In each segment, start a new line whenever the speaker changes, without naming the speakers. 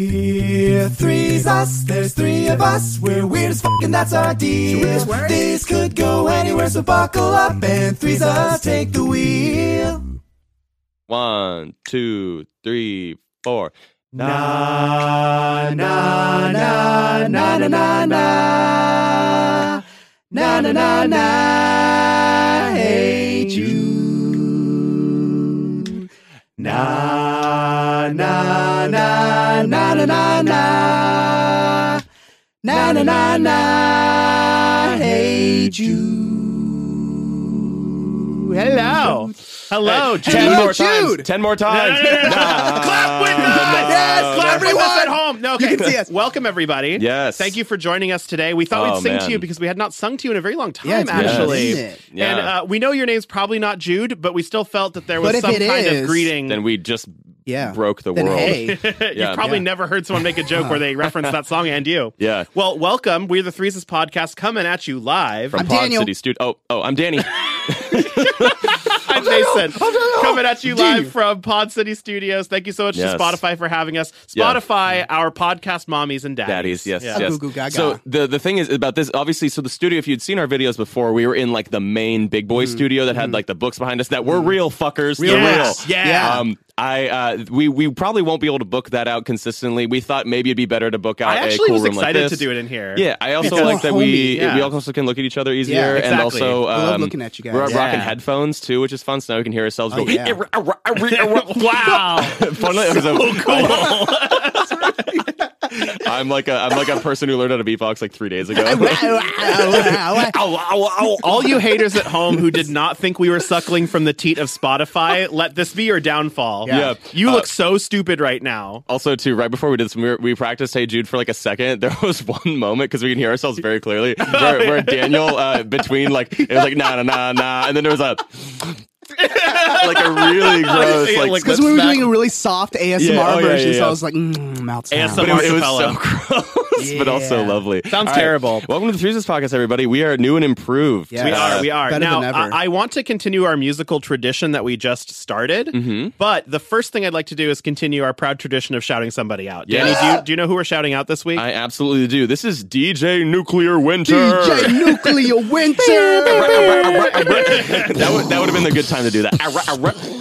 We're three's us, there's three of us. We're weird as fuck and that's our deal. This could go anywhere, so buckle up and three's us take the wheel.
One, two, three, four.
Na na na na na na na na na na na hate you. Na na na na na na na na na na na hate you. Hello.
Hello,
Ten
Oh, Jude.
more
Jude!
times. Ten more times.
No, no, no, no, no.
Nah.
Clap with us!
Yes,
Clap with
everyone!
us at home. No, okay.
can see us.
Welcome everybody.
Yes.
Thank you for joining us today. We thought
Oh,
we'd sing
man.
to you because we had not sung to you in a very long time,
Yeah, it's been a
minute,
actually.
isn't it?
Yeah.
And uh, we know your name's probably not Jude, but we still felt that there was
But if
some
it
kind of
is,
greeting.
then we just
Yeah.
broke the
Then
world.
hey.
Yeah.
You've probably
Yeah.
never heard someone make a joke where they reference that song and you.
Yeah.
Well, welcome. We're the Threeses Podcast coming at you live.
From
I'm
Pod
Daniel.
City Studio. Oh, oh, I'm Danny.
I'm Jason. Coming at you live from Pod City Studios. Thank you so much
Yes.
to Spotify for having us.
Yeah.
Spotify, our podcast mommies and daddies.
Daddies, yes,
Yeah.
yes.
goo goo gaga.
So the the thing is about this, obviously. So the studio, if you'd seen our videos before, we were in like the main big boy
Mm-hmm.
studio that had like the books behind us that were real fuckers. Real,
Yes,
real.
yeah.
Um, I uh, we we probably won't be able to book that out consistently. We thought maybe it'd be better to book out.
I
a
actually
cool
was
room
excited
like
to
this.
do it in here.
Yeah, I also
It's
like
more
that we
homey,
yeah.
we also can look at each other easier,
Yeah,
and
exactly.
also
I love
um,
looking at you guys.
We're
Yeah.
rocking headphones too, which is fun. So now we can hear ourselves
Oh,
go.
yeah.
wow.
Funnily, I was a- I'm like a I'm like a person who learned how to beatbox like three days ago.
All you haters at home who did not think we were suckling from the teat of Spotify, let this be your downfall.
Yeah. Yeah.
You
Uh,
look so stupid right now.
Also, too, right before we did this, we, were, we practiced "Hey Jude" for like a second. There was one moment because we can hear ourselves very clearly, where, where Daniel uh, between like it was like nah nah nah nah, and then there was a like a really gross like,
Like,
Because we were
That's
doing a really soft ASMR
Yeah, oh, yeah,
version,
yeah,
so
yeah.
I was like, mm, mouth sound.
ASMR.
but it, it was
Marcapella.
so gross, but also
Yeah.
lovely.
Sounds
All
terrible.
Welcome to the Threeses Podcast, everybody. We are new and improved.
Yeah.
We
Uh,
are, we are.
better
now,
than ever.
I, I want to continue our musical tradition that we just started,
Mm-hmm.
but the first thing I'd like to do is continue our proud tradition of shouting somebody out.
Yes.
Danny, do you, do you know who we're shouting out this week?
I absolutely do. This is DJ Nuclear Winter.
DJ Nuclear Winter.
that would that would have been a good time to do that.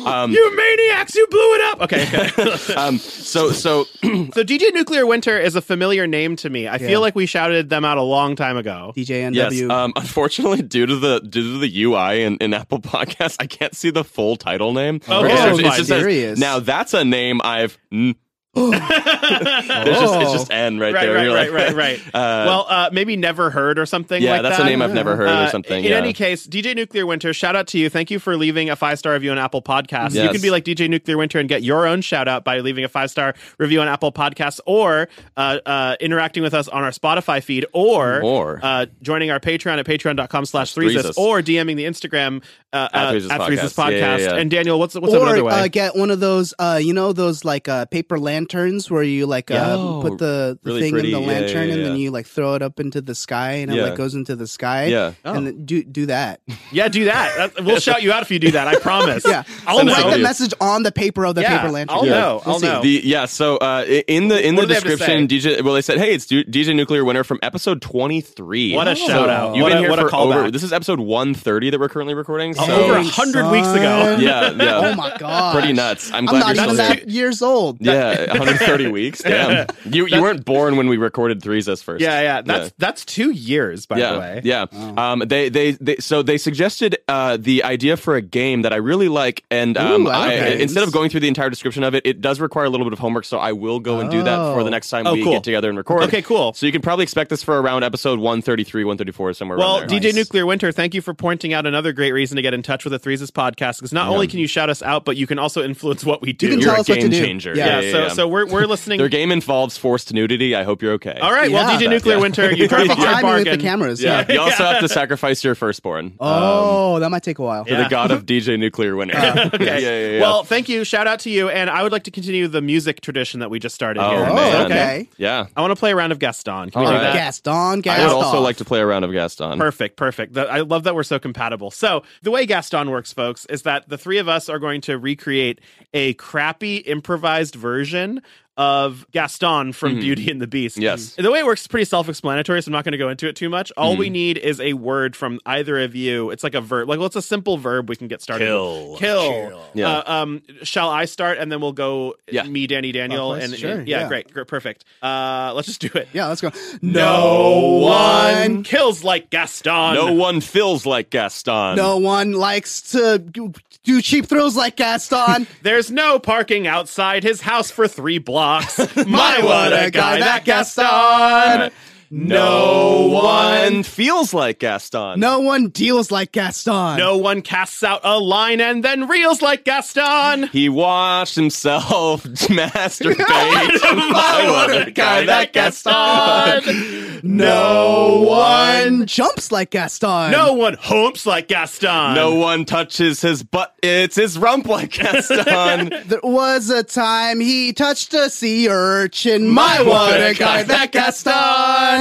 Um,
you maniacs, you blew it up! Okay, okay.
um, so so
so DJ Nuclear Winter is a familiar name to me. I
Yeah.
feel like we shouted them out a long time ago.
DJ
Yes.
NW.
Um, unfortunately, due to the due to the UI in, in Apple Podcasts, I can't see the full title name. It's
Oh, okay.
just- it's
Oh,
just
my
says-
serious.
now that's a name I've. Mm, there's just, it's
Oh.
just N right,
Right,
there.
right,
You're
right,
like,
right, right.
Uh,
well, uh, maybe never heard or something.
yeah,
like
that's
that.
a name I've never heard
Uh,
or something.
In
yeah.
any case, DJ Nuclear Winter, shout out to you. Thank you for leaving a five star review on Apple Podcasts. You
Yes.
can be like DJ Nuclear Winter and get your own shout out by leaving a five star review on Apple Podcasts or uh, uh, interacting with us on our Spotify feed or,
Or.
Uh, joining our Patreon at patreon.com slash threesis
Threesis.
or DMing the Instagram uh,
At
uh,
Threesis
at Threesis
Podcast.
Podcast.
Yeah, yeah, yeah.
And Daniel, what's, what's another
or
way?
uh, get one of those, uh, you know, those like uh, paper lanterns where you like uh,
Oh,
put the, the
really
thing
pretty.
in the
Yeah,
lantern
yeah,
and then
yeah.
you like throw it up into the sky and
Yeah.
it like goes into the sky.
Yeah. Oh.
And then do do that.
yeah, do that. That- We'll shout you out if you do that. I promise.
Yeah.
I'll
Send us
know.
Write
video.
the message on the paper of the
Yeah,
paper lantern.
I'll know, I'll
see.
know.
The, yeah, so uh, i- in the in the
What do they have to
description, DJ well they said, hey, it's Du- DJ Nuclear Winter from episode twenty three.
What a shout out.
You've
What
been
a,
here
what a
for over.
callback.
This is episode one thirty that we're currently recording. So
Oh, Over a
Dang,
hundred weeks
son.
ago.
yeah, yeah.
Oh my god.
Pretty nuts. I'm
I'm,
glad
not
you're
even
still here.
that years old.
Yeah, 130 weeks. Damn, you you weren't born when we recorded threes us first.
Yeah, yeah. That's that's two years, by
yeah,
the way.
yeah. Um, they, they they so they suggested uh the idea for a game that I really like, and um,
Ooh, I like
I,
games.
instead of going through the entire description of it, it does require a little bit of homework. So I will go and do that for the
Oh.
next time
Oh,
we
cool.
get together and record.
Okay, cool.
So you can probably expect this for around episode 133, 134, somewhere.
Well,
around there.
DJ Nuclear Winter, thank you for pointing out another great reason to get in touch with the Threeses podcast because not only can you shout us out, but you can also influence what we do.
You can
you're
tell
a
us what to
game
do.
changer.
Yeah.
yeah,
yeah,
so
yeah.
so we're we're listening.
their game involves forced nudity. I hope you're okay.
All right, well,
Yeah.
DJ Nuclear
Yeah.
Winter, you drive a
Timing
hard
with
bargain.
the cameras.
Yeah,
Yeah.
you also have to sacrifice your firstborn. Um,
Oh, that might take a while.
for
Yeah. Uh,
the god of DJ Nuclear Winter. yeah,
Okay.
yeah, yeah, yeah.
Well, thank you. Shout out to you, and I would like to continue the music tradition that we just started
oh,
here.
man.
okay.
Yeah.
I want to play a round of Gaston. Can we
All
do
right.
that?
Gaston, Gaston.
I would also like to play a round of Gaston.
Perfect, perfect. The- I love that we're so compatible. So the way Gaston works, folks, is that the three of us are going to recreate a crappy improvised version of Gaston from Beauty and the Beast.
Hmm. Yes. Hmm.
The way it works is pretty self explanatory, so I'm not going to go into it too much. All we need is a word from either of you. It's like a verb. Like, well, it's a simple verb we can get started.
Kill.
with. Kill.
Kill.
Yeah.
Uh, um, shall I start? And then we'll go
Yeah.
me, Danny, Daniel.
Clockwise?
And,
Sure,
yeah,
yeah.
Great, great. Perfect. Uh, let's just do it.
Yeah, let's go.
No one kills like Gaston.
No one feels like Gaston.
No one likes to do cheap thrills like Gaston.
There's no parking outside his house for three blocks. My,
what a guy, that
Gaston.
Uh, No one feels like Gaston.
no one deals like Gaston.
No one casts out a line and then reels like Gaston.
He watched himself masturbate.
My,
what a guy, that
Gaston.
no one jumps like Gaston.
No one humps like Gaston.
no one touches his butt. It's his rump like Gaston.
There was a time he touched a sea urchin. My, what a guy, that Gaston.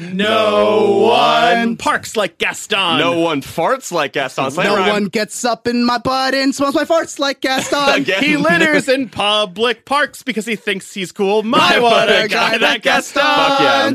no one parks like Gaston.
no one farts like Gaston. Slam
No
rhyme.
one gets up in my butt and smells my farts like Gaston.
Again.
He litters in public parks because he thinks he's cool. My, what a guy, that Gaston.
Fuck yeah.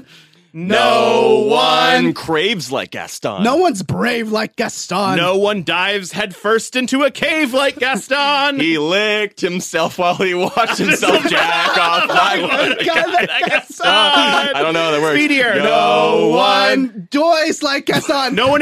No
one craves like Gaston.
No one's brave like Gaston.
No one dives headfirst into a cave like Gaston.
He licked himself while he watched himself jack off. Like, what a guy.
God, that
Gaston.
I don't know how that works.
Speedier.
No one.
one joys like Gaston.
No one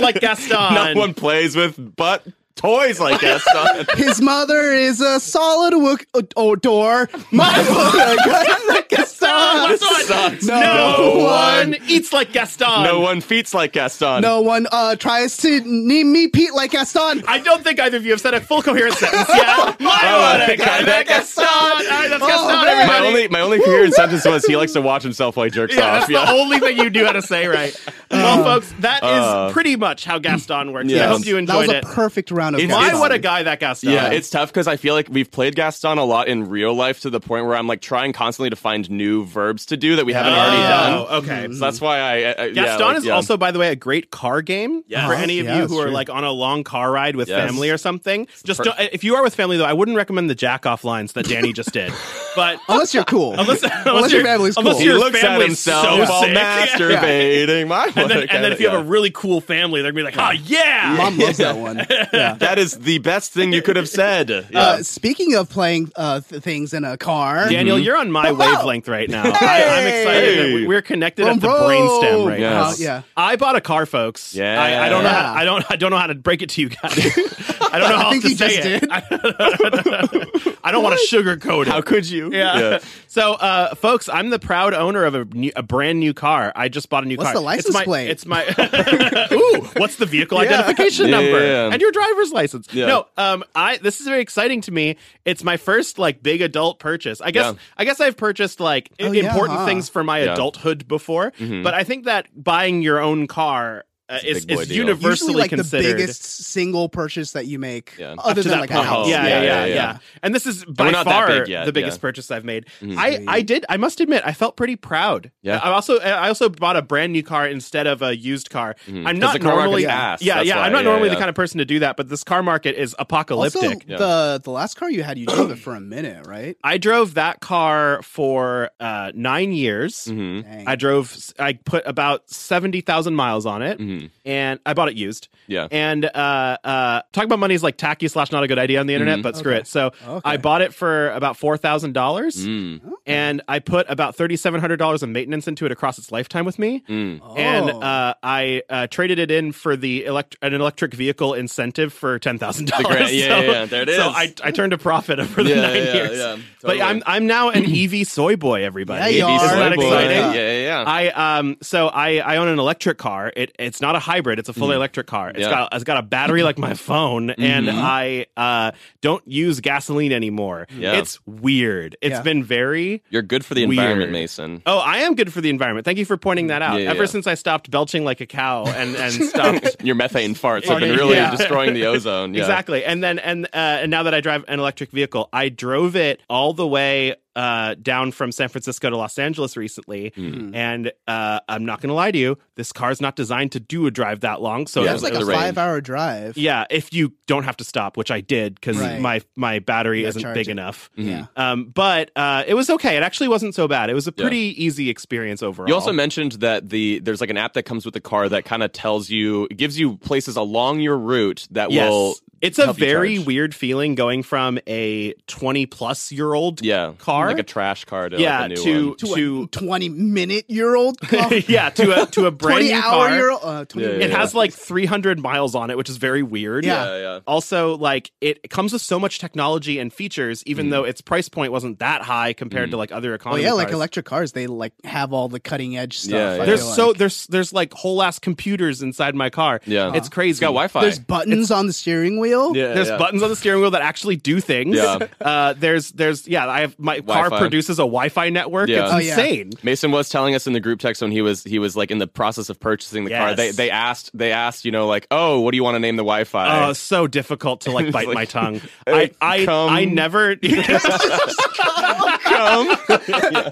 like Gaston.
No one plays with butt toys like Gaston.
His mother is a solid wook- uh, oh, door. My mother got like Gaston.
This sucks.
No,
Ah, No
one.
one eats like Gaston.
no one feets like Gaston.
No one uh, tries to name me Pete like Gaston.
I don't think either of you have said a full coherent sentence yet.
Oh,
My what a guy, that Gaston. All right, that's Gaston,
man.
My
everybody.
only, my only coherent sentence was he likes to watch himself while he jerks
yeah,
off.
that's the only thing you knew how to say right. Well, folks, that is
Uh,
pretty much how Gaston works.
yeah.
I hope you
that was
enjoyed
a
it.
perfect round of
It's-
Gaston.
My what a guy, that Gaston.
Yeah, it's tough because I feel like we've played Gaston a lot in real life to the point where I'm like trying constantly to find new verbs to do that we haven't already done.
Oh, okay.
So that's why I. I, I yeah,
Gaston
like,
is
yeah.
also, by the way, a great car game
Yes.
for any of
Yeah,
you
it's
who are
true.
like on a long car ride with
Yes.
family or something. Just
per-
don't, if you are with family, though, I wouldn't recommend the jack off lines that Danny just did. But
Unless you're cool.
unless,
Unless your
you're-
family's
unless
cool.
He
your
looks at
family's
himself
so
while
sick. Yeah.
masturbating. My
And then, and then if you have a
yeah.
really cool family, they're gonna be like, "Oh yeah,
Mom loves that one. Yeah.
that is the best thing you could have said. Yeah.
Uh, speaking of playing uh, th- things in a car,
Daniel, you're on my wavelength right now. I, I'm excited. That we- we're connected at the
Bro.
brainstem right
Uh,
now.
Yes.
yeah.
I bought a car, folks.
Yeah.
I, I don't know. How,
Yeah.
I don't. I don't know how to break it to you guys. I don't know how
I
else
think
to
you
say
just
it.
did.
I don't want to sugarcoat it.
How could you?
yeah.
Yeah.
So, uh, folks, I'm the proud owner of a, new, a brand new car. I just bought a new
What's
car.
the
it's
license
my,
plate?
It's my. Ooh, what's the vehicle identification
Yeah,
number
yeah, yeah.
and your driver's license?
Yeah.
No, um, I this is very exciting to me. It's my first like big adult purchase. I guess
Yeah.
I guess I've purchased like i-
Oh, yeah,
important
huh.
things for my
Yeah. Mm-hmm.
adulthood before, but I think that buying your own car uh,
a
is
big boy
is
deal.
universally
usually like
considered.
the biggest single purchase that you make,
Yeah.
other
to
than
that
like a
point.
house.
Yeah yeah yeah, yeah,
yeah, yeah.
And this is by
not that
far
big yet,
the biggest
yeah. Mm-hmm.
purchase I've made. I,
Mm-hmm.
I did. I must admit, I felt pretty proud.
Yeah.
I also I also bought a brand new car instead of a used car. I'm
Mm-hmm. 'Cause
not
the car market's
normally
ass,
yeah
that's
yeah.
why,
I'm not
yeah,
normally the
yeah.
kind of person to do that, but this car market is
Also,
apocalyptic.
Yeah.
the the last car you had, you drove it for a minute, right?
I drove that car for uh, nine years.
hmm
Mm-hmm. Dang.
I drove. I put about seventy thousand miles on it,
Mhm.
and I bought it used.
Yeah.
And uh, uh, talking about money is like tacky slash not a good idea on the internet,
Mhm.
but screw
Okay.
it. So
Okay.
I bought it for about four thousand dollars,
Mm.
and I put about thirty seven hundred dollars in maintenance into it across its lifetime with me.
Mm.
Oh.
And uh, I uh, traded it in for the elect- an electric vehicle incentive for ten thousand
The gra-
dollars.
yeah, yeah, yeah. There it is.
So I, I turned a profit over the
Yeah,
nine
yeah,
years.
yeah.
But
Totally.
I'm I'm now an EV soy boy.
Yeah,
Everybody,
you
Baby
are.
isn't
soy
that
boy.
exciting?
Yeah, yeah, yeah.
I um so I I own an electric car. It it's not a hybrid. It's a fully electric car. It's
Mm. Yeah. Mm-hmm.
got it's got a battery like my phone, and I uh don't use gasoline anymore.
Yeah.
It's weird. It's
Yeah.
been very.
You're good for the
Weird.
environment, Mason.
Oh, I am good for the environment. Thank you for pointing that out.
Mm. Yeah, yeah,
Ever
yeah.
since I stopped belching like a cow and and stopped.
Your methane farts have been
Farting,
really
yeah.
destroying the ozone. Yeah.
Exactly, and then and uh, and now that I drive an electric vehicle, I drove it all the way uh, down from San Francisco to Los Angeles recently,
Mm-hmm.
and uh, I'm not going to lie to you, this car's not designed to do a drive that long. So
Yeah,
it
That
was
was
but
like
it
a
was a range.
five-hour drive.
yeah, if you don't have to stop, which I did because
Right.
my my battery
You're
isn't big
charging.
enough.
Mm-hmm.
Yeah.
Um, but uh, it was okay. It actually wasn't so bad. It was a
Yeah.
pretty easy experience overall.
You also mentioned that the there's like an app that comes with the car that kind of tells you gives you places along your route that
yes.
will
it's a
help you
very
charge.
weird feeling going from a 20 plus year old
yeah
car?
like a trash car to
yeah
like a new
to
one.
To,
to
a 20 minute year old car.
yeah to a to a brand
20
new
hour
car.
year old. Uh, 20
Yeah, yeah,
It
yeah.
has like 300 miles on it, which is very weird.
Yeah.
yeah yeah
Also, like it comes with so much technology and features,
Mm.
even though its price point wasn't that high compared to like other
Oh
economy.
yeah, like
cars.
electric cars, they like have all the cutting edge stuff.
Yeah,
I
yeah.
feel
There's so
like.
there's there's like whole ass computers inside my car.
Yeah.
it's crazy.
it's got Wi-Fi
there's buttons on the steering wheel.
yeah
There's
yeah.
buttons on the steering wheel that actually do things.
Yeah.
Uh, there's there's yeah. I have my car
Wi-Fi.
produces a Wi-Fi network.
Yeah.
It's
Oh,
yeah.
insane.
Mason was telling us in the group text when he was he was like in the process of purchasing the car.
Yes.
They they asked they asked you know like oh what do you want to name the Wi-Fi?
Oh, it's so difficult to like
It's
bite
like,
my tongue. I
hey,
I,
come.
I never.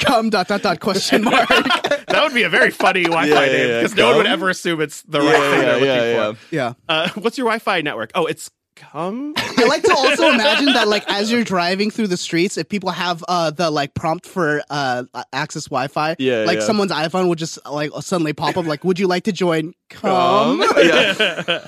Come dot dot dot question mark.
that would be a very funny Wi-Fi
Yeah, yeah,
name
yeah.
because no one would
Come?
ever assume it's the
Yeah,
right thing
yeah,
they're looking
yeah,
for.
yeah.
Uh, what's your Wi-Fi network? Oh, it's come.
I like to also imagine that like as you're driving through the streets, if people have uh the like prompt for uh access Wi-Fi,
Yeah,
like
yeah.
someone's iPhone would just like suddenly pop up like, "Would you like to join?" Come.
yeah.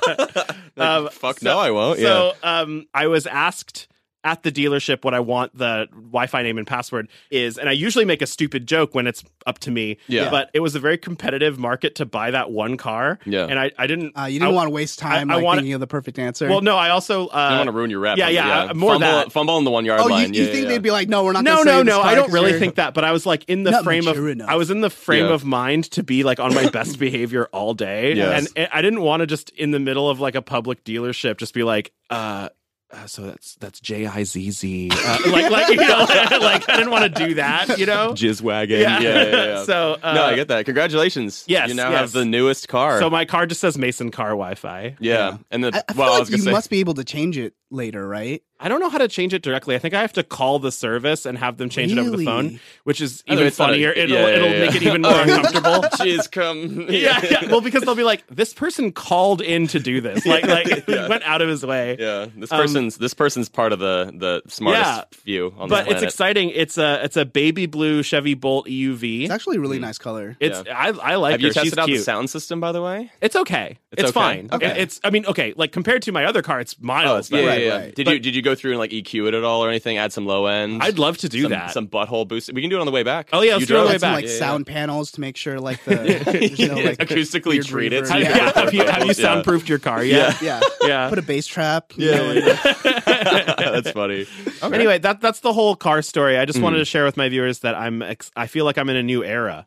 Like, fuck no, I won't. yeah.
Um. So um, I was asked at the dealership what I want the Wi-Fi name and password is, and I usually make a stupid joke when it's up to me.
Yeah.
But it was a very competitive market to buy that one car.
Yeah.
And I, I didn't.
Uh, you didn't
I-
want to waste time
I
like,
wanna-
thinking of the perfect answer.
Well, no, I also. Uh,
You don't want to ruin your rep.
yeah,
on the-
yeah, uh, more
fumble,
that.
fumble on the one yard
oh, you,
line.
you
yeah,
think
yeah.
they'd be like, "No, we're not."
no,
gonna say
no,
this
no.
car
I don't
'cause
really
you're-
think that, but I was like in the
Not
frame of
mature enough.
I was in the frame
Yeah.
of mind to be like on my best behavior all day,
Yes.
and, and I didn't want to just in the middle of like a public dealership just be like, uh, uh so that's that's J I Z Z, Uh, like like you know, like I didn't want to do that, you know.
jizz wagon. Yeah, yeah, yeah. yeah.
so uh,
no, I get that. Congratulations.
yes,
you now
yes.
have the newest car.
So my car just says Mason Car Wi-Fi.
yeah. and the
I, I feel
well, I was
like
gonna
you
say
must be able to change it later, right?
I don't know how to change it directly. I think I have to call the service and have them change it over the
Really?
phone, which is
Oh,
even
it's not a-
funnier. it'll
yeah, yeah,
it'll
yeah.
make it even more uncomfortable.
jizz come.
yeah, yeah. Well, because they'll be like, this person called in to do this. Like, like
Yeah.
went out of his way.
Yeah, this
Um,
person's this person's part of the the smartest
Yeah.
few on the
But it's
planet.
exciting. It's a it's a baby blue Chevy Bolt EUV.
It's actually a really nice color.
It's I I like
Have
her.
you tested
She's
out
cute.
the sound system, by the way?
It's okay. It's,
It's okay.
fine.
Okay. Oh,
It- it's I mean okay. Like compared to my other car, Oh, it's miles.
yeah,
better.
yeah, yeah.
right.
Did you
But-
did you go through and like EQ it at all or anything? Add some low end.
I'd love to do
some,
that.
Some butthole boost. We can do it on the way back.
Oh, yeah, let's
you
do it on the
Add
drove.
way
some,
back.
like
Yeah, yeah.
sound panels to make sure like the there's no, like,
Acoustically
weird
treat it.
reverb.
Yeah.
yeah. Have you have you
Yeah.
soundproofed your car yet?
yeah.
Yeah.
Put a bass trap. you
Yeah,
know, and-
yeah, yeah. that's funny.
Anyway, that that's the whole car story.
Mm.
I just wanted to share with my viewers that I'm ex- I feel like I'm in a new era.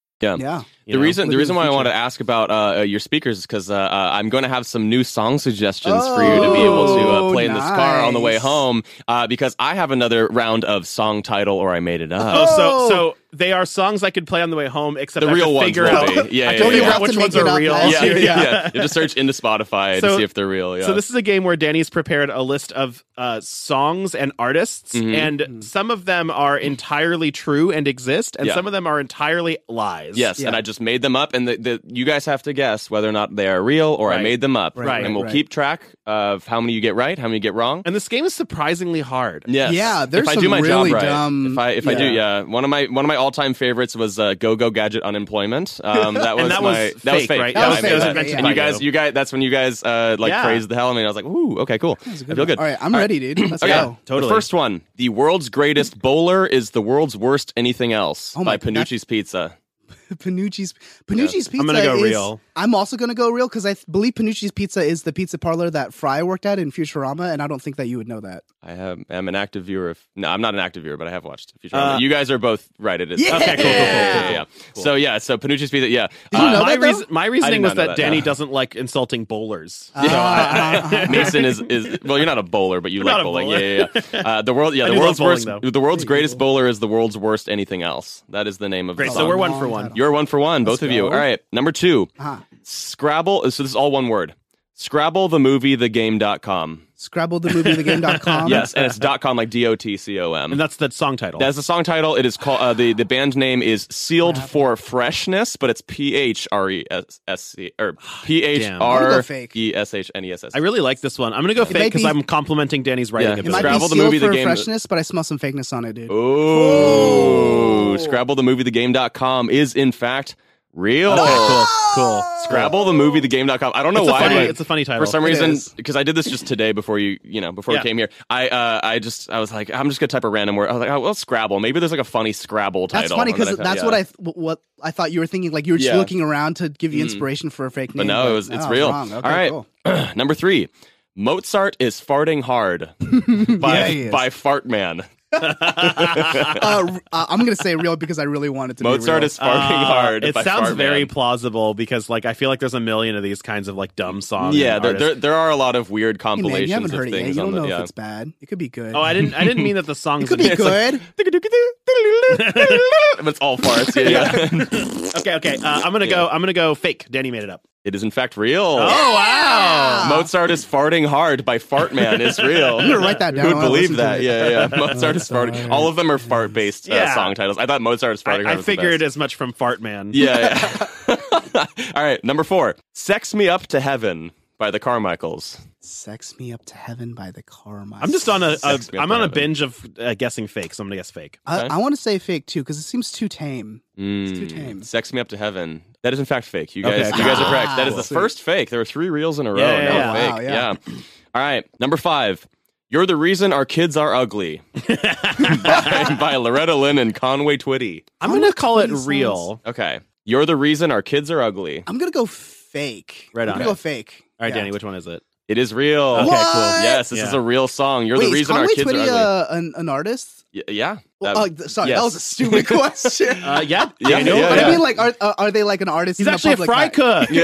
Yeah.
yeah.
The reason the
Look
reason
in the
why I
future.
want to ask about uh, uh, your speakers is because uh, uh, I'm going to have some new song suggestions for you to be able to uh,
Oh,
play in this car on the way
nice.
home uh, because I have another round of song title or I made it
Oh,
up.
so so they are songs I could play on the way home, except
The
I have to
real ones
figure
will
out.
be. Yeah,
I
yeah,
have to
yeah.
figure
You
out
have
which
to
ones
make
are
it up
real.
last
yeah,
year,
yeah,
Oh, yeah.
You just search into Spotify
So-
to see if they're real. Yeah.
So this is a game where Danny's prepared a list of uh, songs and artists,
Mm-hmm.
Mm-hmm.
and some of them are entirely true and exist, and
Yeah.
some of them are entirely lies.
yes, and
Yeah.
I just made them up, and the, the, you guys have to guess whether or not they are real or
Right.
I made them up.
Right,
and we'll
right.
keep track of how many you get right, how many you get wrong.
And this game is surprisingly hard.
Yes.
Yeah, there's
if I
some
do my
really
job right,
dumb-
If I if I do,
yeah.
yeah. One of my one of my all time favorites was uh, Go Go Gadget Unemployment. Um, that was
that was
my that was
fake,
fake.
right?
Yeah,
That was
I
fake,
made
that was
that.
invented
And
by
you guys,
you.
you guys, that's when you guys uh, like
Yeah.
praised the hell out of me. And I was like, ooh, okay, cool. I feel good.
All right, I'm ready, dude. Let's
Okay,
go.
Totally.
The first one: the world's greatest bowler is the world's worst anything else
Oh
by
my-
Panucci's Pizza.
Panucci's Panucci's Pizza.
I'm gonna go
is-
real.
I'm also gonna go real because I th- believe Panucci's Pizza is the pizza parlor that Fry worked at in Futurama, and I don't think that you would know that.
I have, am an active viewer of. No, I'm not an active viewer, but I have watched Futurama.
Uh,
you guys are both right. It is.
Yeah!
Okay, cool, cool, cool,
Yeah,
cool,
yeah.
cool.
So yeah, so Panucci's pizza. Yeah. Uh,
you know
my,
that, though?
reason, my reasoning
not
was
know
that,
that,
Danny
no.
doesn't like insulting bowlers.
Ah, ah, ah, ah.
Mason is is well. You're not a bowler, but you
I'm
like
not a
bowling.
bowler.
Yeah, yeah. yeah. Uh, the world, yeah,
I
the
do love
world's
bowling,
worst,
though.
the world's greatest bowler is the world's worst anything else. That is the name of
Great,
the
so
song.
we're one
Long
for one.
title.
You're one for one, both of you.
go.
All right, number two,
Ah.
Scrabble. So this is all one word. Scrabble the movie the game.com.
Scrabble the movie the game.com.
Yes, and it's dot com like D O T C O M.
And that's the song title.
That's the song title. It is called uh, the the band name is Sealed for Freshness, but it's P H R E S S C or P H R E S H N E S S.
I really like this one. I'm gonna go
may
fake because
be-
I'm complimenting Danny's writing
Yeah.
a
It
bit.
might
Scrabble
be
the
sealed
movie, the
for
game-
freshness, but I smell some fakeness on it, dude.
Oh, Scrabble the movie the game.com is in fact
Oh,
real.
Okay, cool,
Oh.
cool.
Scrabble the movie the game.com. I don't know
It's a,
why
funny,
but
it's a funny title.
for some
It
reason
is.
because I did this just today before you, you know, before
Yeah.
we came here. I uh I just I was like I'm just going to type a random word. I was like, "Oh, well, Scrabble. Maybe there's like a funny Scrabble title."
That's funny
And then
because
thought,
that's
yeah.
what I th- w- what I thought you were thinking. Like you were just
Yeah. Hmm.
looking around to give you inspiration for a fake
But
name.
no, it was,
no,
it's
I was
real.
wrong. Okay,
All right.
cool.
Number three. Mozart is farting hard by,
Yeah, he is.
by Fart Man.
Uh, r- uh, I'm gonna say real because I really wanted to. be
Mozart
real.
is farting
Uh,
hard.
It
by
sounds
Fart
very
Man.
plausible because, like, I feel like there's a million of these kinds of like dumb songs.
yeah.
and
There, there,
artists.
there are a lot of weird
Hey, man,
compilations
you haven't
of
heard it yet. You
things
don't
on
know
the
if
yeah.
it's bad. It could be good.
Oh, I didn't. I didn't mean that the songs.
it could be
are-
good.
but it's all farts. Yeah, yeah.
okay, okay. Uh, I'm gonna go. I'm gonna go fake. Danny made it up.
it is in fact real.
Ah.
Oh wow!
Mozart is farting hard by Fart Man is real.
I'm gonna write that down.
Who'd
while I listen
believe
to
that?
it.
Yeah, yeah. yeah. Mozart is farting.
Mozart.
All of them are fart based uh,
Yeah.
song titles. I thought Mozart is farting
I,
hard.
I
was the
figured
best.
as much from Fart Man.
Yeah. yeah. All right. Number four. Sex Me Up to Heaven by the Carmichaels.
Sex me up to heaven by the Carmichael.
I'm just on a. a
Sex me up
I'm
to
on a
heaven.
binge of uh, guessing fake. So I'm gonna guess fake.
I,
Okay.
I want to say fake too because it seems too tame. It's too
Mm.
tame.
Sex Me Up to Heaven. That is in fact fake. You guys,
Okay,
you guys are
cool.
correct. That is
Ah,
the
sweet.
first fake. There were three reels in a row.
Yeah, yeah,
now
yeah.
fake.
Wow,
yeah.
yeah.
All right. Number five. You're the reason our kids are ugly. by, by Loretta Lynn and Conway Twitty.
I'm gonna call it
funny songs.
real. All
Okay. You're the reason our kids are ugly.
I'm gonna go fake.
Right
I'm
on.
gonna go fake.
right,
Yeah.
Danny. Which one is it?
It is real.
Okay,
What?
cool.
Yes, this is
Yeah.
a real song. You're
Wait,
the
is
reason our
Conway
kids
Twitty,
are ugly.
uh, an, an artist?
Y- yeah.
Well,
That-
oh, th- sorry,
yes.
that was a stupid question.
Uh, yeah,
Yeah,
Daniel.
yeah,
but
yeah.
I mean, like, are uh, are they like an artist?
He's
in the
actually a
public
fry
eye?
cook. you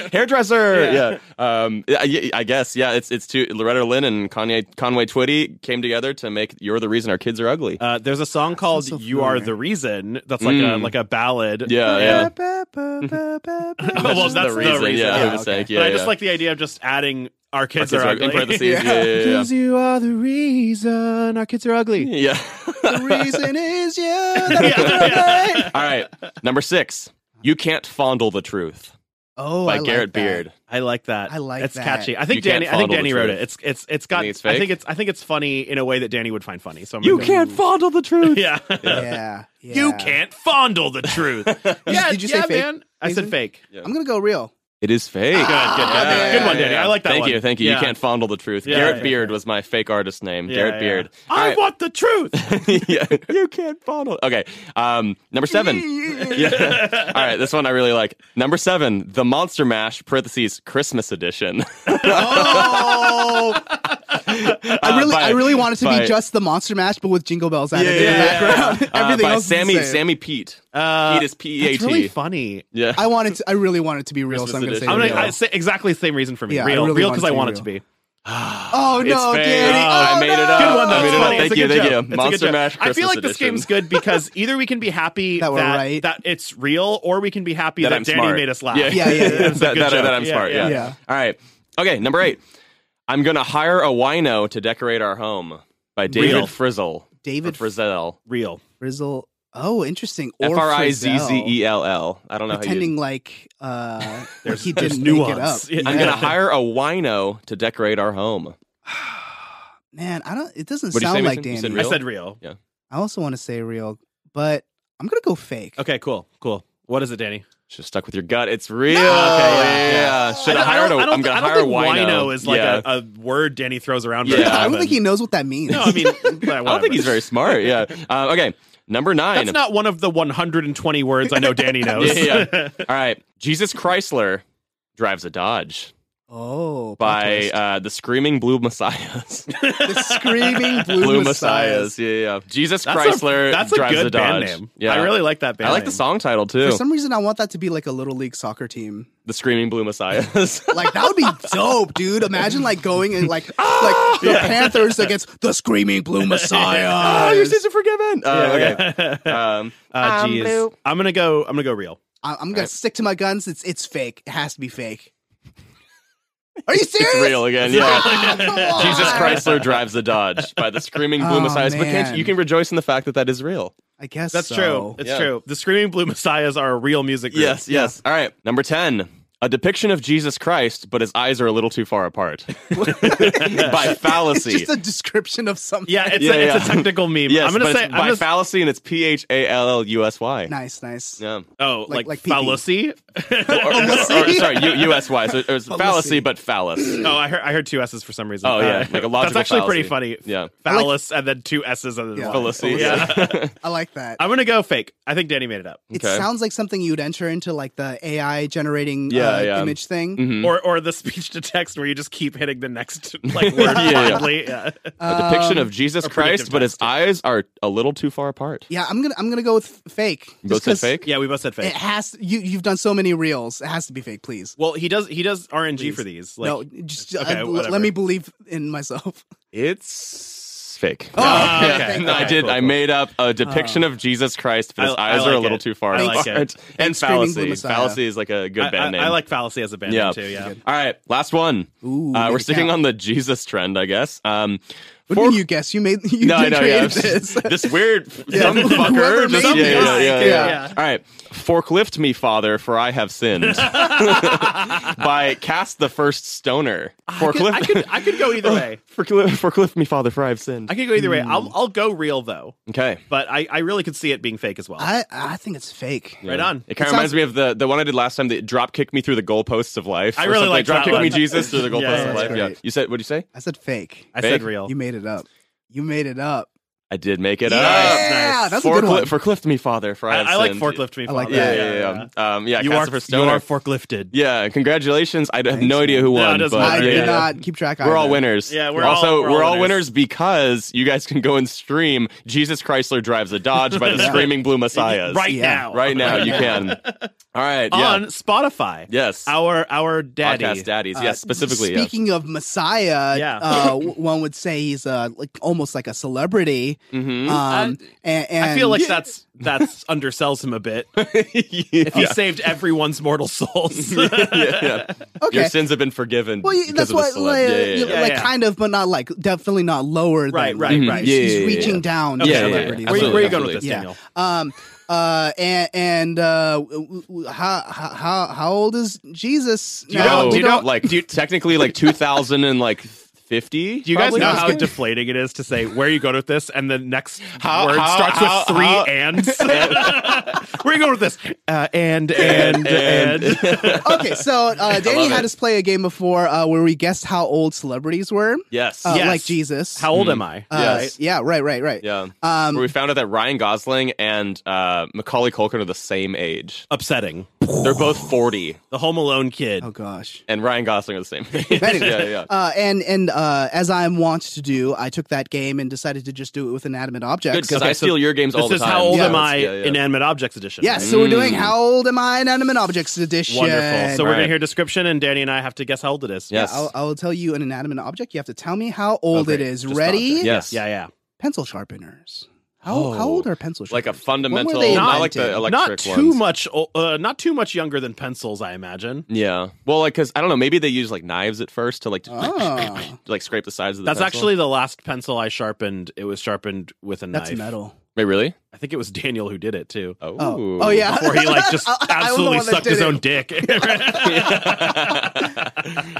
know?
hairdresser. Yeah. Um, I, I guess. Yeah. It's it's two Loretta Lynn and Kanye Conway Twitty came together to make "You're the Reason Our Kids Are Ugly."
Uh, there's a song called
sounds so
"You Are
familiar.
the Reason." That's like a
Mm.
like a ballad.
yeah. Yeah.
Oh, well,
Just
that's the reason.
Yeah.
Yeah,
the
okay.
mistake.
But
Yeah,
I just
yeah.
like the idea of just adding our
Our
kids,
kids
are,
are
ugly.
in parentheses. Yeah. Yeah. yeah,
you are the reason our kids are ugly.
yeah. Yeah.
The reason is you. That-
yeah.
All right. Number six. You can't fondle the truth
Oh,
by
I like
Garrett
that.
Beard.
I like that.
I like
it's
that.
catchy. I think
You can't
Danny. I think
fondle
Danny
the
wrote
truth.
it. It's it's it's got.
think it's
I
fake?
think it's I think it's funny in a way that Danny would find funny. So I'm
You
gonna-
can't fondle the truth.
Yeah.
Yeah, yeah.
You can't fondle the truth. yeah.
did you say
yeah,
fake,
man. I said
Mason?
fake.
I'm gonna go real.
It is fake.
Good. Good.
Yeah,
Ah,
good,
yeah,
good one,
yeah,
Danny.
yeah.
I like that
Thank
one.
you, thank you.
Yeah.
You can't fondle the truth.
Yeah,
Garrett
yeah,
Beard was my fake artist name.
Yeah,
Garrett
yeah.
Beard. All
I
right. E
want the truth.
yeah, you can't fondle. Okay, um, number seven. Yeah. All right, this one I really like. Number seven, the Monster Mash (parentheses Christmas edition).
Oh, I
Uh,
really,
by-
I really want it to
by-
be just the Monster Mash, but with jingle bells added in
yeah,
the
yeah.
background.
uh,
Everything
by
else. is the
Sammy
same.
Sammy Pete.
Uh,
Pete is P E A
It's really
T.
funny.
Yeah,
I want it. To, I really want it to be real, so I'm gonna say
Christmas
I'm
edition.
gonna
real.
I say exactly the same reason for me.
Yeah, I
real,
really
real
want
because
it
I
to be
want it
real.
to be.
oh
It's
no,
fake.
Danny!
Oh,
Oh,
I made it
no.
up.
Good one though.
I made it
It's
up.
funny.
Thank
It's a
you,
good
thank you.
joke. It's a good
Monster
joke.
Mash
I feel
Christmas
like this
edition.
game's good because either we can be happy
That
that
we're right.
that it's real, or we can be happy
that,
that,
I'm
Danny
smart.
made us laugh.
Yeah,
Yeah, yeah, yeah.
that,
It's a
that,
good
that,
joke.
I'm
Yeah,
smart. oh, Yeah.
yeah.
All right. Okay. Number eight. I'm gonna hire a wino to decorate our home by David
Real.
Frizzle.
David
or Frizzell.
Real.
Frizzle. Oh, interesting. Or
F R I Z Z
Frizzell.
E L L. I don't know how you.
Pretending like uh, like he
there's
didn't make it up.
nuance. Yeah.
I'm
Yeah.
gonna hire a wino to decorate our home.
Man, I don't. It doesn't
What'd you say,
sound like
Mason? You said
I
Danny.
real?
said real.
I also want to say real, but I'm gonna go fake.
Okay, cool, cool. What is it, Danny?
Should have stuck with your gut. It's real.
yeah,
yeah. Should have hired a.
I don't,
I'm gonna
I don't
hire a
think
wino.
is like
yeah.
a, a word Danny throws around.
Yeah.
very
I don't
often.
think he knows what that means.
No, I mean,
I don't think he's very smart. Yeah. Uh, okay. Number nine.
That's not one of the 120 words I know Danny knows.
yeah, yeah. yeah. All right. Jesus Chrysler drives a Dodge
Oh,
by uh, the Screaming Blue Messiahs.
the screaming blue,
Blue
messiahs.
Messiahs. Yeah, yeah. Jesus
That's
Chrysler
a, that's a
drives
good
a Dodge.
band name.
Yeah.
I really like that band.
I like the
name.
song title
For
too.
some reason, I want that to be like a little league soccer team.
the Screaming Blue Messiahs. Uh,
Like that would be dope, dude. Imagine like going and like like the Panthers against the screaming blue
Ah,
messiah.
your sins are forgiven. Uh, okay.
okay.
Um,
uh, geez. I'm gonna go. I'm gonna go real.
I- I'm gonna stick to my guns. It's it's fake. It has to be fake. Are you serious?
real again. Yeah.
Ah, come on.
Jesus Chrysler drives the Dodge by the Screaming Blue
Oh,
Messiahs. But can't,
man.
you can rejoice in the fact that that is real.
I guess
That's
so.
true. It's
Yeah.
true. The Screaming Blue Messiahs are a real music group.
Yes, yes. All right. Number 10. A depiction of Jesus Christ, but his eyes are a little too far apart. by
It's
fallacy.
just a description of something.
Yeah, it's,
Yeah,
a, it's a
yeah.
technical meme.
yes,
I'm gonna
but
say.
it's
I'm
by
gonna,
fallacy, and it's P H A L L U S Y.
Nice, nice.
Yeah.
oh, like,
like- like pee-pee.
fallacy.
Or- or- or- or- sorry, U- USY. So it was fallacy, but phallus.
Oh, I heard I heard two s's for some reason.
Oh, yeah, like a
That's
logical
actually pretty
fallacy.
funny.
Yeah.
phallus and then two s's and then
Yeah.
one.
Fallacy.
Yeah.
Yeah.
I like that.
I'm gonna go fake. I think Danny made it up,
It
Okay.
sounds like something you'd enter into like the AI generating
Yeah,
uh,
yeah. Mm-hmm.
image thing.
or or the speech to text where you just keep hitting the next like word
Yeah, yeah.
blindly. Yeah.
a depiction
Um,
of Jesus
or predictive
Christ, but his
text,
eyes are a little too far apart.
Yeah, I'm gonna I'm gonna go with f- fake.
You
Just
both said
'cause
fake?
Yeah, we both said
It
fake.
has you you've done so many reels. It has to be fake, please.
Well, he does he does RNG for these. Like,
no, just
okay,
uh, l-
whatever.
let me believe in myself.
It's fake.
Oh,
Yeah.
okay.
No, I
Alright,
did.
cool,
I
cool.
made up a depiction of Jesus Christ, but his
I- I
eyes are a
like
little
it.
too far
I like
apart.
it.
And
Thanks, Screaming Blue
fallacy.
Messiah.
Fallacy is like a good
I-
band
I,
name.
I like fallacy as a band
Yeah.
name too. Yeah.
All right, last one.
Ooh,
uh,
made
we're
it
sticking
count.
on the Jesus trend, I guess. Um, for-
What do you mean you guess? You made you
no, I
did
know.
create
Yeah,
this.
this weird some
Whoever
fucker.
made
Just,
it.
yeah, yeah, yeah,
Yeah.
yeah.
Yeah.
All right, forklift me, Father, for I have sinned. By cast the first stoner. Forklift.
I could I could go either way.
Forklift, forklift me, Father, for I have sinned.
I could go either way. I'll I'll go real though,
Okay.
but I I really could see it being fake as well.
I I think it's fake.
right on.
It kind of
It
reminds
sounds-
me of the the one I did last time. The drop kick me through the goalposts of life.
I
or
really
something.
liked
drop
that
kick me
one.
Jesus through the goalposts
Yeah,
of
that's
life. Yeah.
great.
You said what did you say?
I said fake.
I
Fake?
said real.
You made it up. You made it up.
I did make it
Yeah.
up.
Yeah,
nice.
that's a
forklift,
good one.
forklift me, Father. For I, have
I, I like
sinned.
forklift me.
I like
Father.
Yeah,
that.
yeah, yeah. yeah. Um, yeah
You are
Christopher Stoner.
you are forklifted.
yeah, congratulations. I have
Thanks,
no idea who
man. No, it
won,
doesn't
but
I
matter.
yeah.
did not keep track.
We're all
either.
winners.
Yeah, we're
also
all-
we're,
we're
all
all
winners.
winners.
because you guys can go and stream Jesus Chrysler drives a Dodge by the
Yeah.
Screaming Blue Messiahs
Right
Yeah.
now,
right now. You can. All right, yeah.
on Spotify.
yes,
Our our daddy.
podcast daddies.
Uh,
yes, specifically. yes.
Speaking of Messiah,
Yeah.
uh, w- one would say he's uh, like almost like a celebrity.
Mhm.
Um, and, and
I feel like that's that's undersells him a bit. If he saved everyone's mortal souls.
yeah, yeah.
Okay.
Your sins have been forgiven.
Well, you-
because
that's
of the
what
celeb.
like,
yeah, yeah,
you
yeah. Mm-hmm.
know,
yeah.
like
Yeah, yeah.
kind of, but not like definitely not lower. than,
Right,
like,
right,
he's-
right.
Yeah,
He's
yeah, yeah,
reaching
yeah.
down.
Okay.
to
Yeah, yeah, yeah.
celebrities.
Where,
Absolutely,
where you going with
absolutely.
this,
Yeah.
Daniel?
Um. Uh. And and uh. w- w- w- How how how how old is Jesus?
you know-
now?
Oh,
do
We
you know-
don't-
like technically like 2000 and like 50?
Do you guys know how
how
deflating it is to say where are you going with this, and the next
How-
word
how-
starts
how-
with three
how-
ands? where are you going with this? Uh, and and
And-
and.
okay, so uh, Danny
love
had
it.
us play a game before uh, where we guessed how old celebrities were.
Yes.
Uh,
Yes.
Like Jesus.
How old am I?
Uh,
Yes.
Yeah. Right. Right. Right.
yeah.
Um,
Where we found out that Ryan Gosling and uh, Macaulay Culkin are the same age.
Upsetting.
They're both 40,
The Home Alone kid.
Oh gosh.
and Ryan Gosling are the same age. yeah,
Anyway,
yeah. yeah.
Uh, and and uh, as I'm wont to do, I took that game and decided to just do it with inanimate objects.
Good, because
okay,
I
so
steal your games all
This
the
is
time.
how old
Yeah.
am I?
Yeah, yeah.
Inanimate Objects Edition.
Yes, so we're doing How Old Am I Inanimate Objects Edition.
Mm. Wonderful. So we're
Right.
gonna hear description, and Danny and I have to guess how old it is.
Yes.
I'll, I'll tell you an inanimate object. You have to tell me how old
Okay,
it is.
just
Ready?
object.
Yes.
Yeah. Yeah.
Pencil sharpeners. How,
Oh.
how old are pencil
Like
sharpeners?
a
When
fundamental,
were they
not like the
invented?
electric
Not too
ones.
much. o- Uh, not too much younger than pencils, I imagine.
Yeah. Well, like, because I don't know, maybe they use like knives at first to like,
Oh.
to, like scrape the sides of the
That's
pencil.
actually the last pencil I sharpened. It was sharpened with a knife.
That's metal.
Wait, really?
I think it was Daniel who did it too.
Oh.
Oh, oh yeah.
Before he like just
I- I was the
absolutely
one that
sucked
did
his
it.
own dick.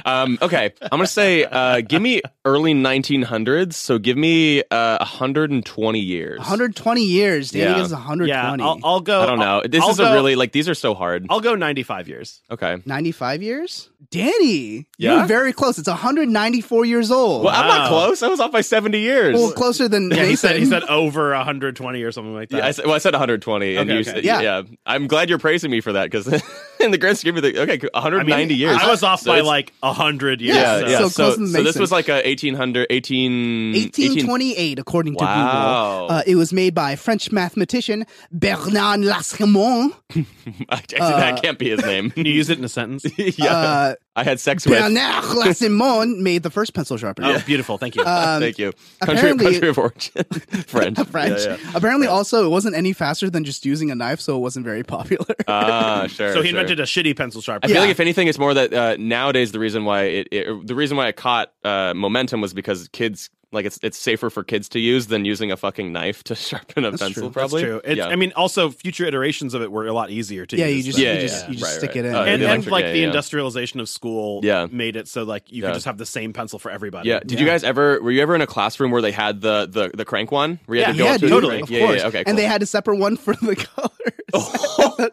um, okay, I'm gonna say, uh, give me early 1900s. So give me uh, 120 years.
120 years. Danny
Yeah.
gives us 120.
yeah, I'll, I'll go.
I don't know.
I'll-
This
I'll
is
go-
a really like these are so hard.
I'll go 95 years.
Okay.
95 years? Danny,
Yeah?
you're very close. It's 194 years old.
Well, I'm not
Wow.
close. I was off by 70 years.
Well, closer than
Yeah,
Nathan.
he said he said over 120 or something like like that.
Yeah, I said, well, I said 120, and
Okay,
you
okay.
said,
Yeah.
yeah. I'm glad you're praising me for that because, in the grand scheme of the okay, 190 years.
I was off
So
by
it's-
like a hundred years.
yeah,
so
yeah. So,
close
so,
to
this
Mason.
was like a 1800, 18,
1828, according to
Wow.
Google. Uh, it was made by French mathematician Bernard Lascamon.
18 actually, that can't be
Uh,
his name.
Can you use it in a sentence?
yeah,
Uh,
I had sex with.
Bernard Lascamon made the first pencil sharpener.
Oh, beautiful. Thank you.
Uh,
Thank you. Country,
Um, apparently-
country of origin, French.
French.
Yeah, yeah.
Apparently, also, it wasn't any faster than just using a knife, so it wasn't very popular.
Ah, sure.
so he
sure.
invented a shitty pencil sharpener.
I feel
Yeah.
like if anything, it's more that uh, nowadays the reason why it, it the reason why it caught uh, momentum was because kids like it's it's safer for kids to use than using a fucking knife to sharpen a pencil.
true. That's
Probably,
That's true. It's,
yeah.
I mean, also future iterations of it were a lot easier to
yeah, you
use.
just,
than-
Yeah,
you just,
yeah,
you just
right,
stick
right.
it in.
Uh,
and,
the
and
electric-
like
yeah,
the
yeah.
industrialization of school
Yeah.
made it so like you
Yeah.
could just have the same pencil for everybody.
yeah. Did you guys ever were you ever in a classroom where they had the the, the crank one? Where you had
Yeah,
to go
yeah,
up to
dude,
the
totally.
crank?
Of
yeah,
course.
yeah. Okay,
And they
cool.
had a separate one for the colors.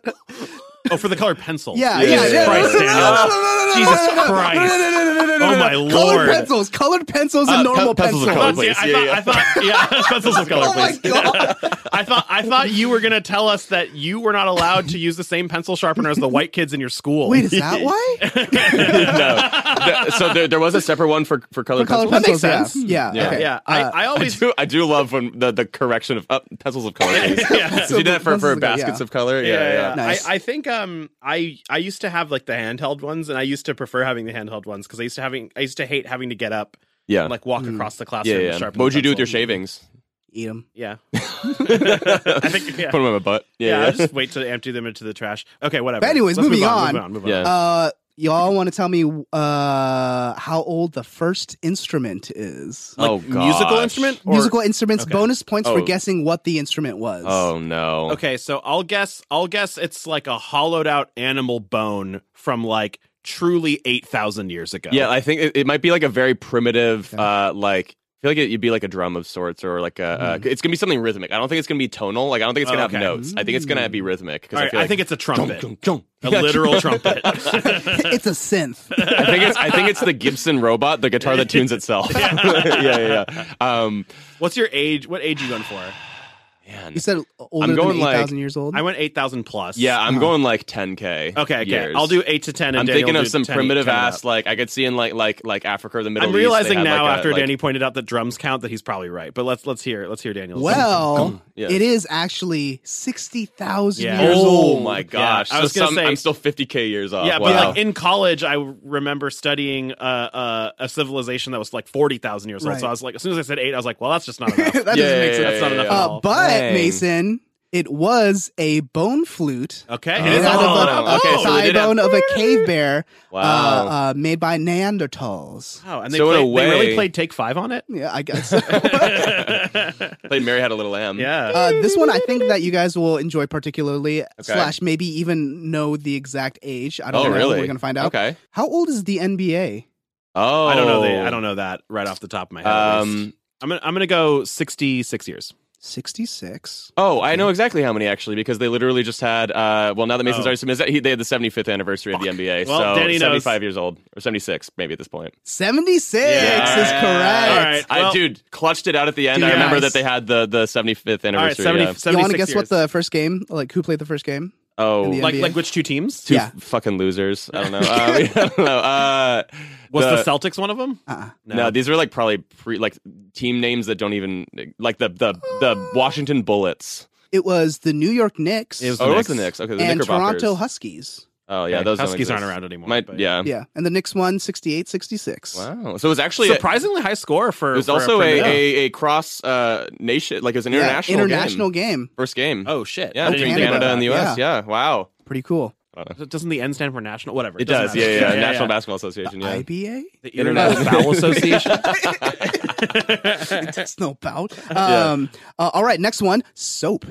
Oh, for the color pencil.
Yeah,
Jesus
yeah, yeah.
Christ,
No,
Daniel.
no, no, no, no, no, no,
Jesus
no, no, no,
Christ.
no, no, no, no, no, no, no,
Oh,
no.
my
Colored
Lord.
pencils, colored pencils, and
Uh, pe-
normal
pencils are colored,
pencils.
See,
please.
I,
Yeah,
thought,
yeah.
I thought, yeah, pencils of color,
Oh my
please.
god!
I thought, I thought you were gonna tell us that you were not allowed to use the same pencil sharpener as the white kids in your school.
Wait, is that why?
no. Th- So there, there was a separate one for for colored,
For colored
pencils.
pencils,
makes
yeah.
sense.
Yeah,
Yeah.
okay.
yeah, I,
Uh,
I
I
always
do, I do love when the, the correction of uh, pencils of color. Please.
Yeah.
Did you do that for,
Pencils
for
of color,
baskets
yeah.
of color? Yeah, yeah.
yeah. Nice.
I, I think um I I used to have like the handheld ones, and I used to prefer having the handheld ones because I used to having I used to hate having to get up
Yeah.
and like walk across the
yeah,
classroom.
yeah.
to
What
sharpen
would
the
you do with your
pencil.
shavings?
Eat them.
Yeah, I think yeah.
Put them in my butt.
yeah,
Yeah,
I'll just wait to empty them into the trash. Okay, whatever.
But anyways,
Let's
moving
move
on.
Move on. Move on.
Yeah.
Uh, y'all want to tell me uh how old the first instrument is?
Like,
oh,
musical
gosh.
instrument. Or,
Musical instruments
okay.
bonus points for
Oh.
guessing what the instrument was.
Oh no.
Okay, so I'll guess. I'll guess it's like a hollowed out animal bone from like truly eight thousand years ago.
Yeah, I think it, it might be like a very primitive, uh, like I feel like it, you'd be like a drum of sorts, or like a.
Mm-hmm.
Uh, it's gonna be something rhythmic. I don't think it's gonna be tonal. Like I don't think it's gonna
Okay.
have notes. I think it's gonna
Mm.
be rhythmic. 'cause
All right,
feel
I
like,
think it's a trumpet,
Dum, dum,
a
dum. Yeah,
literal trumpet.
it's a synth.
I think it's I think it's the Gibson robot, the guitar that tunes itself. yeah, yeah, yeah. Um,
What's your age? What age you going for?
man.
You said older
going
than
like-
eight thousand years old.
I went eight thousand plus.
yeah, I'm going like 10k.
Uh-huh. Okay. Okay.
years.
I'll do eight to ten. And
I'm
Daniel
thinking
will
of
do
some
10
primitive
coming
ass,
up.
like I could see in like like like Africa or the Middle
I'm
East. they
realizing
had, like,
now
a-
after
like-
Danny pointed out that drums count that he's probably right. But let's let's hear it. Let's hear Daniel's.
well,
Yeah.
it is actually sixty thousand
Yeah.
years old.
Oh my gosh!
Yeah, I was
so
gonna
some,
say-
I'm still 50k years off.
yeah,
wow.
but like in college, I remember studying uh, uh, a civilization that was like forty thousand years old.
Right.
So I was like, as soon as I said eight, I was like, well, that's just not enough.
that
Yeah,
doesn't
yeah,
make sense.
yeah,
That's not
yeah,
enough
yeah.
at
Uh,
all.
but
Oh, Dang.
Mason, it was a bone flute.
okay,
Oh.
it is
made out
all
of a,
about-
okay,
oh,
so they
thigh
did have-
bone of a cave bear,
Wow.
uh, uh, made by Neanderthals.
wow, and they,
So in a
played, they really
way-
played Take Five on it.
Yeah, I guess. uh,
played Mary Had a Little Lamb.
Yeah,
this one, I think that you guys will enjoy particularly, slash maybe even know the exact age. I don't
Oh,
know.
really?
We're gonna find out.
Okay.
How old is the NBA?
Oh,
I don't know. The, I don't know that right off the top of my head. at least.
Um.
I'm gonna, I'm gonna go sixty six years.
Sixty-six.
Oh, I know exactly how many actually because they literally just had. Uh, well, now that Mason's
Oh.
already submitted, he- they had the 75th anniversary of the NBA.
Well,
so
Danny knows.
75 years old or 76 maybe at this point.
76
Yeah.
is correct.
All right.
I
Well-
dude clutched it out at the end.
Dude,
I remember
nice.
that they had the the 75th
All right,
anniversary.
70,
yeah.
76
You want to guess
years.
what the first game, like who played the first game?
Oh,
in the
like
like
NBA?
like which two teams?
two
yeah.
fucking losers. I don't know. Uh, I don't know. Uh,
Was the, Celtics one of them?
Uh-uh.
No. these are like probably pre like team names that don't even like the the the Washington Bullets.
It was the New York Knicks
It was the
Oh, it was the
Knicks.
Knicks. Okay, the
and
Knickerbockers.
Toronto Huskies.
oh yeah, those don't
Huskies aren't
exist.
around anymore.
My,
but-
yeah.
Yeah, and the Knicks won 68-66.
Wow. So it was actually a,
surprisingly high score for.
it was
for
also a,
premier.
a, a cross uh, nation like it was an
Yeah,
international
international
game.
game.
first game.
oh shit!
yeah,
I didn't
between
even think
Canada
about
and the
that.
U.S. Yeah, wow.
game. Pretty cool.
that. Doesn't the N stand for national? Whatever.
It does.
doesn't
Yeah,
matter.
yeah, yeah. National Basketball Association. Yeah.
IBA?
The International Foul Association.
It's no bout. Um, uh, all right, next one. Soap.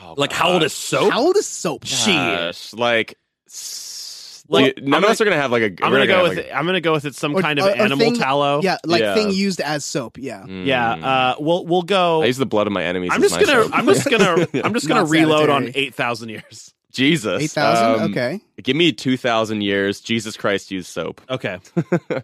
Oh,
like how old is soap?
How old is soap?
Shit.
gosh, like, s-
Like,
dude,
I'm
none of
gonna-
us are gonna have like a.
I'm
we're
gonna
not
go
have,
with.
like,
it- I'm gonna go with it's some
Or-
kind of
or- or
animal
thing-
tallow.
Yeah, like
Yeah.
thing used as soap. Yeah.
mm.
yeah. Uh, we'll we'll go.
I use the blood of my enemies.
I'm
as
just
my
gonna.
soap.
I'm just gonna. I'm just gonna
Not
reload on
sanitary.
eight thousand years.
Jesus.
8,000?
Um,
okay.
Give me 2,000 years. Jesus Christ used soap.
Okay.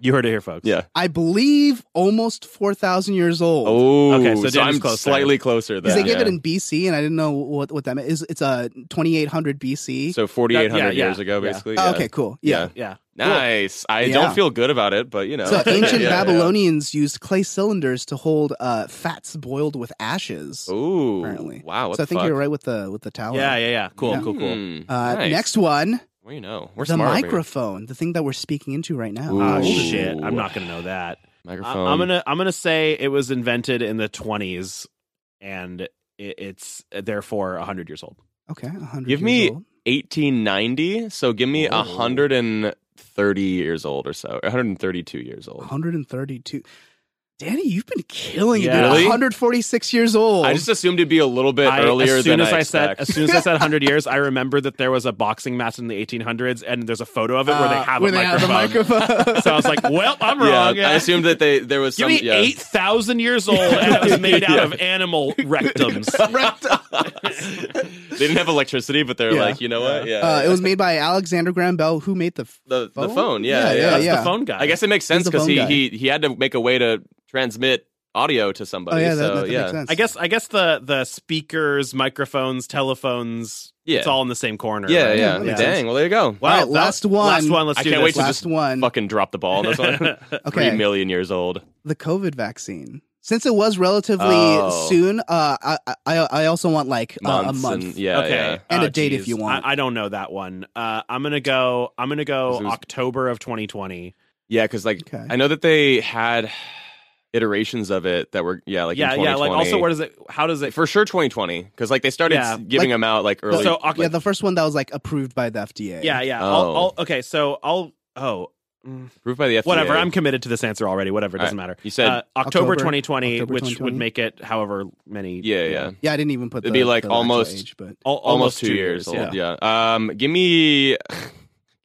You heard it here, folks.
Yeah.
I believe almost 4,000 years old.
Oh,
Okay, so
so,
Danny's
I'm
close there.
slightly closer
Because
then.
they gave
yeah.
it in BC, and I didn't know what, what that meant. Is It's uh, 2800 BC.
so 4,800
Yeah, yeah,
years ago,
yeah.
basically.
Oh,
yeah.
okay, cool. Yeah.
Yeah.
Nice. I
Yeah.
don't feel good about it, but you know.
So ancient
Yeah, yeah.
Babylonians used clay cylinders to hold uh, fats boiled with ashes.
Ooh.
apparently.
Wow. Oh, What
so I
the
think
fuck?
you're right with the with the tower.
Yeah, yeah, yeah. Cool, cool, cool.
Hmm.
Uh,
Nice.
Next one,
Well, you know, we're
the
smart. over here.
microphone, the thing that we're speaking into right now.
Ooh.
Oh
Ooh.
shit. I'm not gonna know that. I-
Microphone.
I'm gonna I'm gonna say it was invented in the 20s, and it, it's uh, therefore 100 years old.
Okay, 100
Give me-
years old.
1890. So give me
Whoa.
130 years old or so. or 132 years old.
132. Danny, you've been killing it.
Yeah.
dude.
Really?
146 years old.
I just assumed it'd be a little bit
I-
earlier
as soon
than
as
I,
I, said
expect.
as soon as I said 100 years, I remembered that there was a boxing match in the 1800s, and there's a photo of it where they
Uh,
have
where
a
they have
microphone.
the microphone.
so I was like, "Well, I'm
yeah,
wrong."
I assumed that they there was
Give
some.
me
yeah.
eight thousand years old, and it was made out of animal rectums.
they didn't have electricity, but they're
Yeah.
like, you know what? Yeah.
uh, it was made by Alexander Graham Bell, who made the f-
the the
phone?
phone. Yeah,
Yeah,
yeah.
yeah,
That's
yeah.
the phone guy.
I guess it makes sense
the
because
phone
he,
guy.
he he had to make a way to transmit audio to
Oh
somebody.
yeah, that,
so
that- that
yeah.
makes sense.
I guess I guess the the speakers, microphones, telephones,
Yeah.
it's all in the same corner.
Yeah,
right?
yeah.
that makes
Dang. Well, there you go.
Wow,
All right,
that-
last one.
Last one. Let's
I
do
can't wait
this.
to
Last
just
one.
fucking drop the ball on this one.
Okay.
Three million years old.
the COVID vaccine. Since it was relatively
Oh.
soon, uh, I, I I also want like uh, a
Months
month.
And, yeah.
okay,
yeah.
And a
Oh,
date if
geez.
you want.
I, I don't know that one. Uh, I'm gonna go. I'm gonna go
This was-
October of 2020.
Yeah, because like
Okay.
I know that they had iterations of it that were yeah, like in
yeah, yeah. Like
2020.
also, where does it? How does it?
for sure 2020 because like they started
Yeah.
s- giving
Like-
them out like early.
So Oc-
yeah, the first one that was like approved by the FDA.
yeah, yeah.
Oh.
I'll, I'll, okay, so I'll. Oh,
approved by the FDA.
whatever. I'm committed to this answer already. Whatever, it
All
doesn't
right.
matter.
You said-
uh, October,
October-
2020,
October
which would
2020?
make it however many.
yeah, yeah.
yeah. I didn't even put.
It'd
the,
be, like,
the actual
almost-
age, but
Al-
Almost, two, years, old. Yeah. Um, give me, give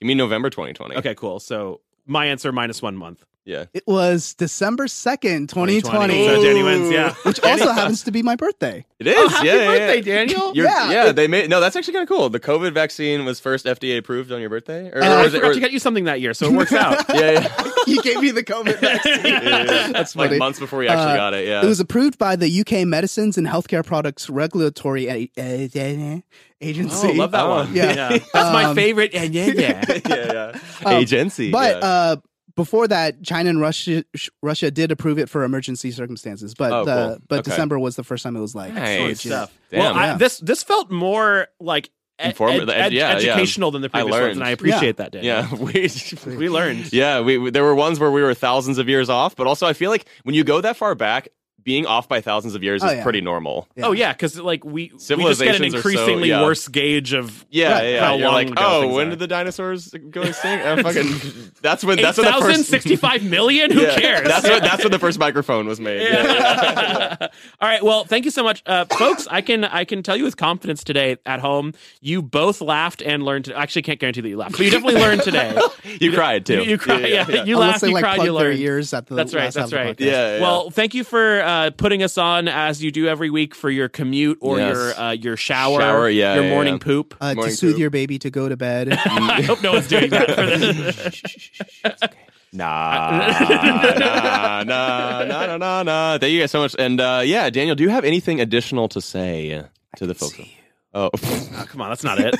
me November 2020.
Okay, cool. So my answer minus one month.
Yeah.
it was December second, twenty twenty,
So Danny wins. Yeah.
which also happens to be my birthday.
It is. yeah, yeah, yeah.
Oh, Daniel.
You're,
Yeah,
yeah, they made no. That's actually kind of cool. The COVID vaccine was first FDA approved on your birthday, or,
And
or
I
was it-
forgot
or-
to get you something that year, so it works out.
yeah, yeah,
you gave me the COVID vaccine.
yeah, yeah.
That's
like
funny.
months before you actually
Uh,
got it. Yeah,
It was approved by the UK Medicines and Healthcare Products Regulatory A- A- Agency.
Oh, love that
Oh,
one.
yeah.
That's my
Um,
favorite. And yeah, yeah.
yeah, yeah.
Um,
agency.
But
yeah.
uh, before that, China and Russia sh- Russia did approve it for emergency circumstances. But
Oh,
the,
cool.
but
Okay.
December was the first time it was like oh,
Nice.
legit.
stuff. well,
Damn.
I,
Yeah.
this this felt more like e-
Informative.
ed- ed-
Yeah, yeah.
educational than the
I
previous ones,
learned.
and I appreciate that. Daniel.
yeah, we
we learned.
Yeah, we, we- there were ones where we were thousands of years off, but also I feel like when you go that far back, being off by thousands of years
Oh,
is
yeah.
pretty normal.
Yeah.
Oh yeah, because like we we just get an
Civilizations are so-
increasingly
yeah.
worse gauge of
Yeah,
Right.
yeah.
How
You're
long
like,
ago
oh,
things
when
are."
did the dinosaurs go extinct? Oh, fucking, that's when.
eight
That's when the
thousand
first.
sixty-five million. Who
Yeah,
cares?
That's when. That's when the first microphone was made. Yeah.
All right. Well, thank you so much, uh, folks. I can I can tell you with confidence today at home. You both laughed and learned. To, actually, can't guarantee that you laughed, but you definitely learned today.
You cried too.
You, you cried. Yeah, you
Unless
laughed.
they
You
like
cried.
plug
You
their
learned.
ears at the
That's right.
last half
That's
of the
right.
podcast.
Yeah, yeah.
Well, thank you for uh, putting us on as you do every week for your commute or
Yes.
your uh, your shower,
Shower, yeah,
your
yeah,
morning
yeah.
poop.
Uh, to
Morning
soothe
poop.
your baby to go to bed.
I hope no one's doing that. For the-
Nah, nah, nah, nah, nah, nah, nah. Thank you guys so much. And uh, yeah, Daniel, do you have anything additional to say to the folks? Oh,
Oh, come on, that's not it.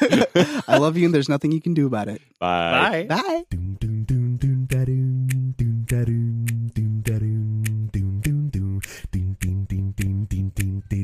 I love you, and there's nothing you can do about it.
bye.
Bye.
Bye.
Doom doom doom doom da doom doom da doom doom da doom doom doom doom ding ding ding ding ding ding ding ding ding